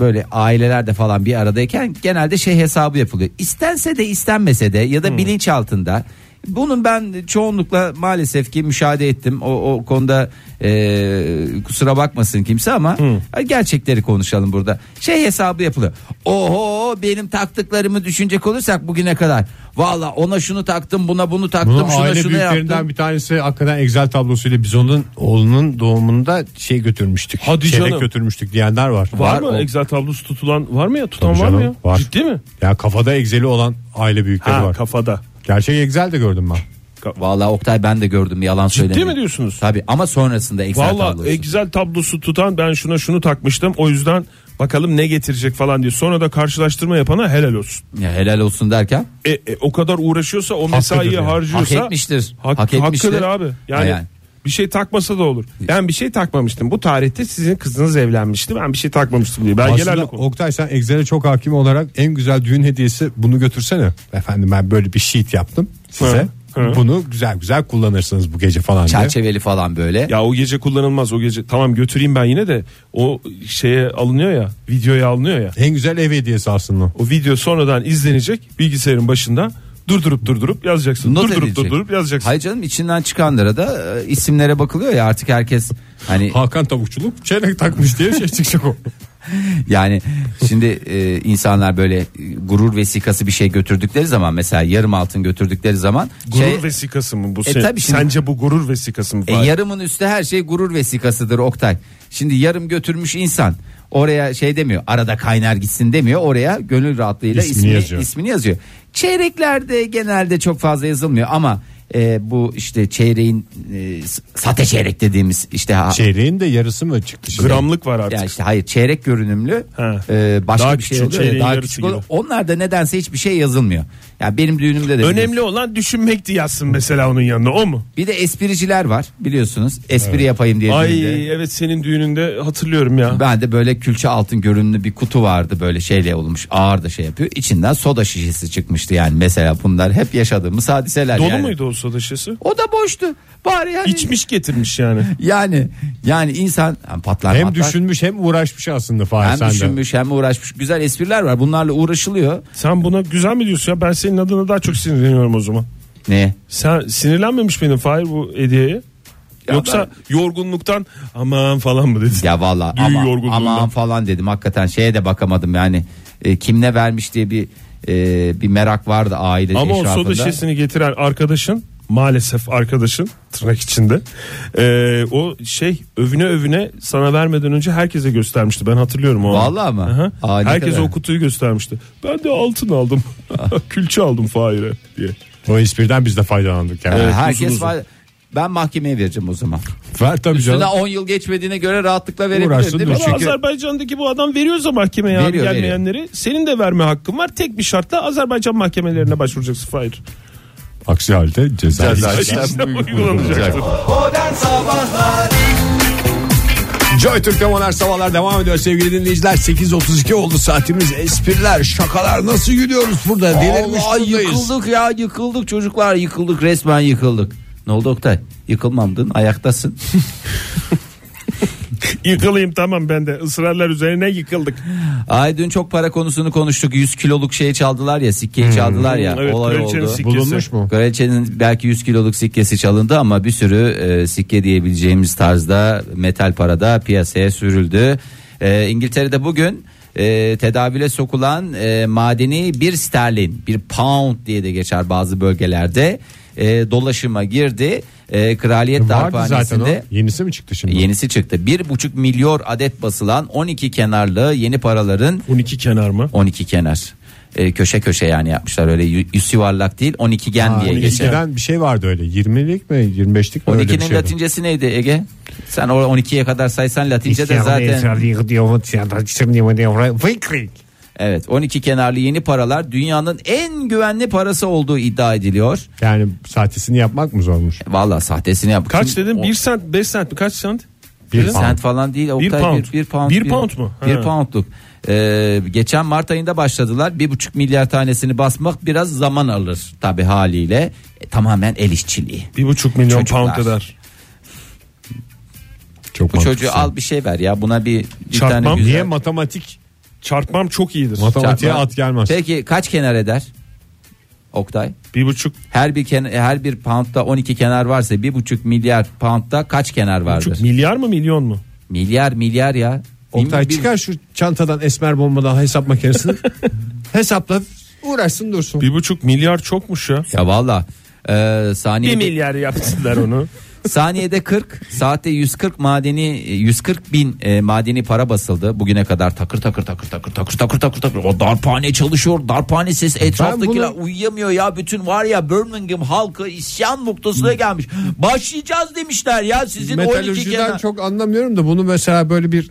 S5: böyle ailelerde falan bir aradayken genelde şey hesabı yapılıyor. İstense de istenmese de ya da
S3: Hmm.
S5: bilinç altında bunun ben çoğunlukla maalesef ki müşahede ettim. O, o konuda e, kusura bakmasın kimse ama
S3: Hmm.
S5: ay, gerçekleri konuşalım burada. Şey hesabı yapılıyor. Oho benim taktıklarımı düşünecek olursak bugüne kadar. Valla ona şunu taktım buna bunu taktım
S3: Bunu
S5: şuna
S3: aile
S5: şunu
S3: büyüklerinden
S5: yaptım.
S3: bir tanesi hakikaten Excel tablosuyla biz onun oğlunun doğumunda şey götürmüştük.
S4: Hadi
S3: çeyrek
S4: canım.
S3: götürmüştük diyenler var.
S4: Var,
S5: Var
S4: mı
S5: o.
S4: Excel tablosu tutulan var mı ya tutan
S3: Tabii
S4: var mı ya?
S3: canım, var.
S4: Ciddi mi?
S3: Ya kafada Excel'i olan aile büyükleri
S4: Ha,
S3: var.
S4: kafada.
S3: Gerçek Excel de gördüm ben.
S5: Vallahi Oktay ben de gördüm yalan
S4: Ciddi
S5: söylemiyorum.
S4: mi diyorsunuz?
S5: Tabii ama sonrasında Excel
S4: Valla
S5: tablosu.
S4: Excel tablosu tutan ben şuna şunu takmıştım. O yüzden bakalım ne getirecek falan diye. Sonra da karşılaştırma yapana helal olsun.
S5: Ya helal olsun derken
S4: E, e, o kadar uğraşıyorsa o mesaiyi
S3: yani.
S4: harcıyorsa
S5: Hak etmiştir.
S4: Hak,
S5: Hak etmiştir.
S4: Hakkıdır abi. Yani,
S5: Yani.
S4: bir şey takmasa da olur. Ben bir şey takmamıştım. Bu tarihte sizin kızınız evlenmişti. Ben bir şey takmamıştım diye. Belgelerle
S3: Aslında
S4: konu.
S3: Oktay sen Excel'e çok hakim olarak en güzel düğün hediyesi bunu götürsene. Efendim ben böyle bir sheet yaptım size.
S4: Hı, hı.
S3: Bunu güzel güzel kullanırsınız bu gece falan diye.
S5: çerçeveli falan böyle.
S4: Ya o gece kullanılmaz o gece. Tamam götüreyim ben yine de o şeye alınıyor ya. Videoya alınıyor ya.
S3: En güzel ev hediyesi aslında.
S4: O video sonradan izlenecek bilgisayarın başında. Durdurup durdurup yazacaksın.
S5: Not
S4: durdurup
S5: edilecek.
S4: durdurup yazacaksın.
S5: Hayır canım içinden çıkanlara da e, isimlere bakılıyor ya artık herkes hani
S3: Hakan Tavukçuluk çeyrek takmış diye şey çıkacak o.
S5: yani şimdi e, insanlar böyle e, gurur vesikası bir şey götürdükleri zaman mesela yarım altın götürdükleri zaman
S4: Gurur
S5: şey,
S4: vesikası mı bu?
S5: E
S4: sen-
S5: tabii şimdi-
S4: Sence bu gurur vesikası mı?
S5: E,
S4: Fahir?
S5: yarımın üstü her şey gurur vesikasıdır Oktay. Şimdi yarım götürmüş insan oraya şey demiyor arada kaynar gitsin demiyor oraya gönül rahatlığıyla
S3: İsmini
S5: ismini, ismini
S3: yazıyor.
S5: yazıyor. Çeyreklerde genelde çok fazla yazılmıyor ama e, bu işte çeyreğin e, s- sate çeyrek dediğimiz işte ha-
S3: Çeyreğin de yarısı mı çıktı şimdi?
S4: Gramlık var artık.
S5: ya işte hayır çeyrek görünümlü
S4: Ha.
S5: e, başka
S4: Daha
S5: bir şey
S4: küçük
S5: oluyor ya,
S4: çeyreğin
S5: daha
S4: yarısı
S5: küçük
S4: gibi.
S5: oluyor. Onlar da nedense hiçbir şey yazılmıyor. Ya benim düğünümde de
S4: Önemli olan düşünmekti yazsın mesela onun yanına o mu?
S5: bir de espriciler var biliyorsunuz. Espri yapayım diye düğünde.
S4: Ay evet senin düğününde hatırlıyorum ya.
S5: Ben de böyle külçe altın görünümlü bir kutu vardı böyle şeyle olmuş şey ağır da şey yapıyor. İçinden soda şişesi çıkmıştı yani mesela bunlar hep yaşadığımız hadiseler
S4: Dolu
S5: yani.
S4: muydu o soda şişesi?
S5: O da boştu. Bari hani
S4: İçmiş getirmiş yani.
S5: yani yani insan yani patlar
S3: Hem
S5: patlar.
S3: düşünmüş hem uğraşmış aslında Fahir
S5: hem
S3: sen de.
S5: düşünmüş hem uğraşmış. Güzel espriler var. Bunlarla uğraşılıyor.
S4: Sen buna güzel mi diyorsun ya? Ben senin adına daha çok sinirleniyorum o zaman.
S5: Ne?
S4: Sen sinirlenmemiş miydin Fahir bu hediyeye?
S5: Ya
S4: Yoksa yorgunluktan aman falan mı dedin?
S5: Ya valla
S4: Büyü
S5: ama,
S4: yorgunluğundan.
S5: aman falan dedim hakikaten şeye de bakamadım yani e, kim ne vermiş diye bir e, bir merak vardı aile
S4: Ama o soda
S5: eşrafında.
S4: şişesini getiren arkadaşın maalesef arkadaşın tırnak içinde ee, o şey övüne övüne sana vermeden önce herkese göstermişti ben hatırlıyorum o an.
S5: Vallahi mi?
S4: Aha.
S5: Aa, ne
S4: Herkese
S5: kadar. Ah.
S4: o kutuyu göstermişti. Ben de altın aldım. Külçe aldım Fahir'e diye.
S3: O espriden biz de faydalandık yani.
S5: Yani
S4: Evet, uzun
S5: herkes
S4: uzun.
S5: var. Ben mahkemeye vereceğim o zaman.
S3: Ver tabii canım.
S5: Üstüne 10 yıl geçmediğine göre rahatlıkla verebilirim
S3: Uğraşsın
S5: değil mi?
S3: dursun.
S4: Ama
S5: Çünkü
S4: Azerbaycan'daki bu adam veriyorsa mahkemeye abi
S5: Veriyor,
S4: gelmeyenleri senin de verme hakkın var. Tek bir şartla Azerbaycan mahkemelerine başvuracaksın Fahir.
S3: Aksi halde ceza,
S4: İşte uygulanacak.
S3: Joy Türk'te modern sabahlar devam ediyor sevgili dinleyiciler. 8.32 oldu saatimiz. Espriler, şakalar nasıl gülüyoruz burada? Delirmiş
S5: Allah
S3: durumdayız.
S5: yıkıldık ya yıkıldık çocuklar yıkıldık resmen yıkıldık. Ne oldu Oktay? Yıkılmamdın ayaktasın.
S4: Yıkılayım tamam ben de ısrarlar üzerine yıkıldık.
S5: Ay dün çok para konusunu konuştuk. 100 kiloluk şey çaldılar ya sikkeyi çaldılar ya.
S4: Evet,
S5: olay
S4: kraliçenin
S5: oldu.
S4: sikkesi.
S3: Bulunmuş mu?
S5: Kraliçenin belki 100 kiloluk sikkesi çalındı ama bir sürü e, sikke diyebileceğimiz tarzda metal parada piyasaya sürüldü. E, İngiltere'de bugün e, tedavüle sokulan e, madeni bir sterlin bir pound diye de geçer bazı bölgelerde e, dolaşıma girdi. E, Kraliyet
S3: Vardı zaten o.
S5: Darphanesi'nde
S3: Yenisi mi çıktı şimdi?
S5: yenisi çıktı. 1,5 milyar adet basılan 12 kenarlı yeni paraların
S4: 12 kenar mı?
S5: 12 kenar. E, köşe köşe yani yapmışlar öyle yü- yüz yuvarlak değil 12 gen
S3: Ha,
S5: diye geçer.
S3: Eskiden bir şey vardı öyle. 20'lik mi 25'lik mi öyle bir şey
S5: 12'nin
S3: şeydi.
S5: latincesi neydi Ege? Sen o 12'ye kadar saysan latince de zaten. Evet 12 kenarlı yeni paralar dünyanın en güvenli parası olduğu iddia ediliyor.
S3: Yani sahtesini yapmak mı zormuş?
S5: Vallahi sahtesini yap.
S4: Kaç
S5: Kim-
S4: dedin?
S5: o-
S4: 1 sent, 5 sent mi? Kaç sent?
S3: Bir
S5: Bir
S3: pound.
S5: sent falan değil. Oktay,
S4: Bir pound.
S5: Bir, bir pound.
S4: Bir pound mu?
S5: Bir
S4: Ha.
S5: poundluk. Ee, geçen Mart ayında başladılar. Bir buçuk milyar tanesini basmak biraz zaman alır tabi haliyle. E, tamamen el işçiliği.
S4: 1,5 milyon
S5: Çocuklar.
S4: pound eder.
S3: Çok
S5: Bu
S3: mantıklı.
S5: çocuğu al bir şey ver ya buna bir, bir
S4: Çarpmam
S5: tane güzel.
S3: Niye matematik?
S4: Çarpmam çok iyidir.
S3: Matematiğe
S5: Çarpma.
S3: at gelmez.
S5: Peki kaç kenar eder? Oktay.
S4: 1,5
S5: Her bir kenar, her bir poundda 12 kenar varsa bir buçuk milyar poundda kaç kenar vardır?
S4: buçuk milyar mı milyon mu?
S5: milyar milyar ya.
S3: Oktay
S5: Bir-
S3: çıkar şu çantadan esmer bombadan hesap makinesini. Hesapla uğraşsın dursun.
S4: 1,5 milyar çokmuş ya.
S5: Ya valla e, saniyede,
S4: yaptılar onu.
S5: saniyede 40 saatte 140 madeni 140 bin e, madeni para basıldı bugüne kadar takır takır takır takır takır takır takır takır o darphane çalışıyor darphane ses etraftakiler
S3: bunu-
S5: uyuyamıyor ya bütün var ya Birmingham halkı isyan noktasına gelmiş başlayacağız demişler ya sizin 12
S3: Metalolojiden
S5: kenar
S3: çok anlamıyorum da bunu mesela böyle bir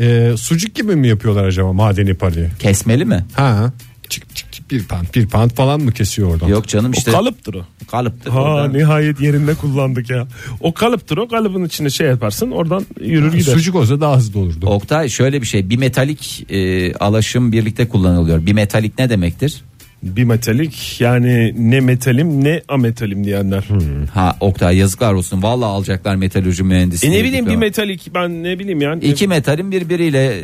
S3: e, sucuk gibi mi yapıyorlar acaba madeni parayı?
S5: kesmeli mi?
S3: Ha. Çık çık çık bir pound bir pound falan mı kesiyor oradan?
S5: Yok canım işte
S4: O kalıptır o.
S5: kalıptır.
S4: Ha
S5: orada.
S4: nihayet yerinde kullandık ya. O kalıptır o kalıbın içine şey yaparsın oradan yürür gider.
S3: Sucuk olsa daha hızlı olurdu.
S5: Oktay şöyle bir şey bimetalik e, alaşım birlikte kullanılıyor. Bimetalik ne demektir?
S4: Bir metalik yani ne metalim ne ametalim diyenler.
S5: Ha Oktay yazıklar olsun. Vallahi alacaklar metalurji
S4: E
S5: mühendisliği.
S4: ne bileyim bir
S5: diploma.
S4: metalik ben ne bileyim yani.
S5: İki metalin birbiriyle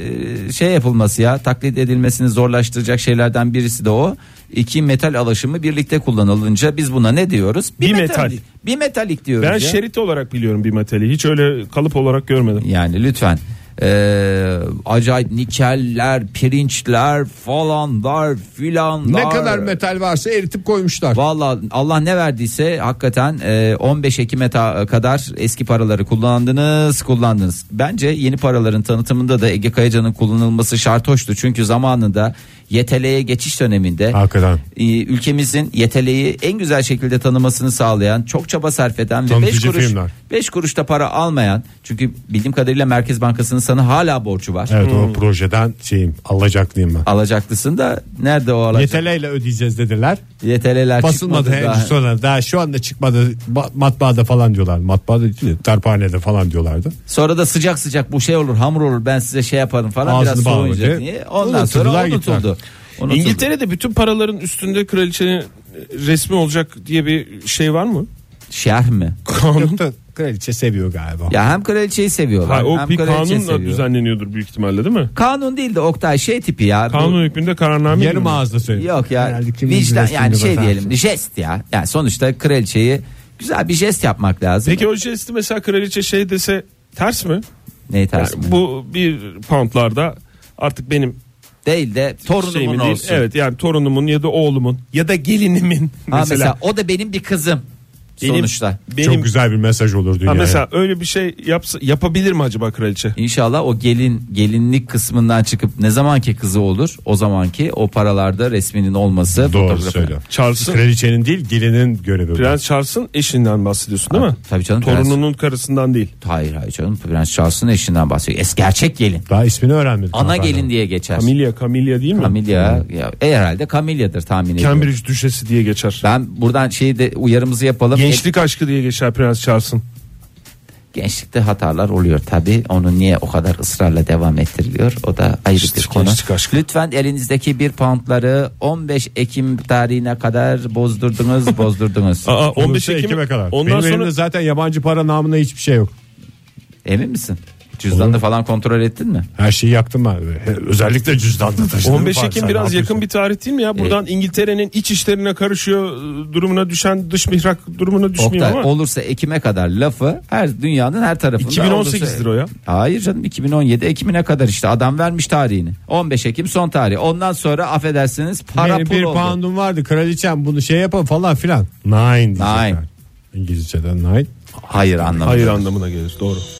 S5: e, şey yapılması ya taklit edilmesini zorlaştıracak şeylerden birisi de o. İki metal alaşımı birlikte kullanılınca biz buna ne diyoruz?
S4: Bir metal.
S5: metalik. Bir metalik diyoruz
S4: ben şey
S5: ya.
S4: şerit olarak biliyorum bir metali. Hiç öyle kalıp olarak görmedim.
S5: Yani lütfen e, acayip nikeller, pirinçler falanlar filanlar.
S3: Ne kadar metal varsa eritip koymuşlar.
S5: Valla Allah ne verdiyse hakikaten e, 15 Ekim'e ta- kadar eski paraları kullandınız kullandınız. Bence yeni paraların tanıtımında da Ege Kayacan'ın kullanılması şart hoştu. Çünkü zamanında YTL'ye geçiş döneminde
S3: Hakikaten.
S5: e, ülkemizin YTL'yi en güzel şekilde tanımasını sağlayan çok çaba sarf eden ve 5
S3: Tanıtıcı
S5: kuruş,
S3: filmler.
S5: 5 kuruş da para almayan çünkü bildiğim kadarıyla Merkez Bankası'nın sana hala borcu var.
S3: Evet o projeden şeyim Hmm. alacaklıyım ben.
S5: Alacaklısın da nerede o alacak?
S3: Yeteleyle ödeyeceğiz dediler.
S5: YTL'ler
S3: Basılmadı
S5: çıkmadı daha.
S3: henüz sonra. Daha şu anda çıkmadı. Ba- Matbaada falan diyorlar. Matbaada değil de darphanede falan diyorlardı.
S5: Sonra da sıcak sıcak bu şey olur hamur olur ben size şey yaparım falan
S3: Ağzını
S5: biraz
S3: bağlamak
S5: soğuyunca
S3: diye.
S5: diye. Ondan sonra
S3: Unutuldular
S5: unutuldu.
S3: gittiler.
S5: Unutuldu.
S4: İngiltere'de bütün paraların üstünde kraliçenin resmi olacak diye bir şey var mı?
S5: Şerh mi?
S4: Kanun.
S3: Yoktu. Kraliçe seviyor galiba.
S5: Ya hem kraliçeyi seviyorlar
S4: Ha, o
S5: hem
S4: bir
S5: kraliçe
S4: kanunla
S5: seviyor.
S4: düzenleniyordur büyük ihtimalle değil mi?
S5: Kanun değil de Oktay şey tipi ya. bu-
S4: Kanun hükmünde kararname
S3: Yarım
S4: mi?
S3: ağızla söylüyor.
S5: Yok ya
S3: Herhalde kimin
S5: vicdan
S3: bilmesini
S5: yani şey
S3: basarsın.
S5: diyelim jest ya. Yani sonuçta kraliçeyi güzel bir jest yapmak lazım.
S4: Peki o jesti mesela kraliçe şey dese ters mi?
S5: Neyi ters
S4: Yani
S5: mi?
S4: bu bir poundlarda artık benim
S5: Değil de torunumun
S4: şeyimin şey değil.
S5: olsun.
S4: Evet yani torunumun ya da oğlumun ya da gelinimin
S5: Ha, mesela,
S4: mesela.
S5: o da benim bir kızım
S4: Benim-
S5: sonuçta.
S4: Benim,
S3: Çok güzel bir mesaj olur dünyaya.
S4: Ha, mesela öyle bir şey yapsa, yapabilir mi acaba kraliçe?
S5: İnşallah o gelin gelinlik kısmından çıkıp ne zamanki kızı olur o zamanki o paralarda resminin olması
S3: Doğru
S5: fotoğrafı.
S3: söylüyor.
S4: Charles'ın-
S3: Kraliçenin değil gelinin görevi. bu.
S4: Prens Charles'ın eşinden bahsediyorsun değil
S5: Ha,
S4: mi?
S5: tabii canım,
S4: Torununun karısından değil.
S5: Hayır hayır canım Prens Charles'ın eşinden bahsediyor. Es gerçek gelin.
S3: Daha ismini öğrenmedim.
S5: Ana
S3: Pardon.
S5: gelin diye geçer.
S4: Camilla, Camilla değil mi?
S5: Camilla ya, e, herhalde Camilla'dır tahmin ediyorum.
S4: Cambridge düşesi diye geçer.
S5: Ben buradan şeyi de uyarımızı yapalım.
S4: Gençlik aşkı diye geçer Prens Charles'ın.
S5: Gençlikte hatalar oluyor tabi. Onu niye o kadar ısrarla devam ettiriliyor? O da ayrı bir
S4: Gençlik
S5: konu.
S4: aşkı.
S5: Lütfen elinizdeki bir poundları 15 Ekim tarihine kadar bozdurdunuz, bozdurdunuz.
S4: Aa,
S3: Olursa
S4: 15 Ekim'e
S3: Ekim'e kadar.
S4: Ondan
S3: Benim
S4: sonra
S3: elimde zaten yabancı para namına hiçbir şey yok.
S5: Emin misin? Cüzdanını falan kontrol ettin mi?
S3: Her şeyi yaktım ben. Özellikle cüzdanda taşıdım.
S4: 15
S3: Bak,
S4: Ekim
S3: sen
S4: biraz
S3: ne
S4: yakın bir
S3: yapıyorsun? Ee,
S4: tarih değil mi ya? Buradan İngiltere'nin iç işlerine karışıyor e, durumuna düşen dış mihrak durumuna düşmüyor
S5: Oktay
S4: ama.
S5: olursa Ekim'e kadar lafı her dünyanın her tarafında.
S4: 2018'dir
S5: olursa-
S4: o ya.
S5: Hayır canım 2017 Ekim'ine kadar işte adam vermiş tarihini. 15 Ekim son tarih. Ondan sonra affedersiniz para
S3: Benim
S5: pul
S3: bir
S5: oldu.
S3: poundum vardı. Kraliçem bunu şey yapın falan filan. Nine. diyecekler.
S5: Nine.
S3: İngilizceden nine.
S5: Hayır anlamadım.
S4: Hayır anlamına gelir doğru.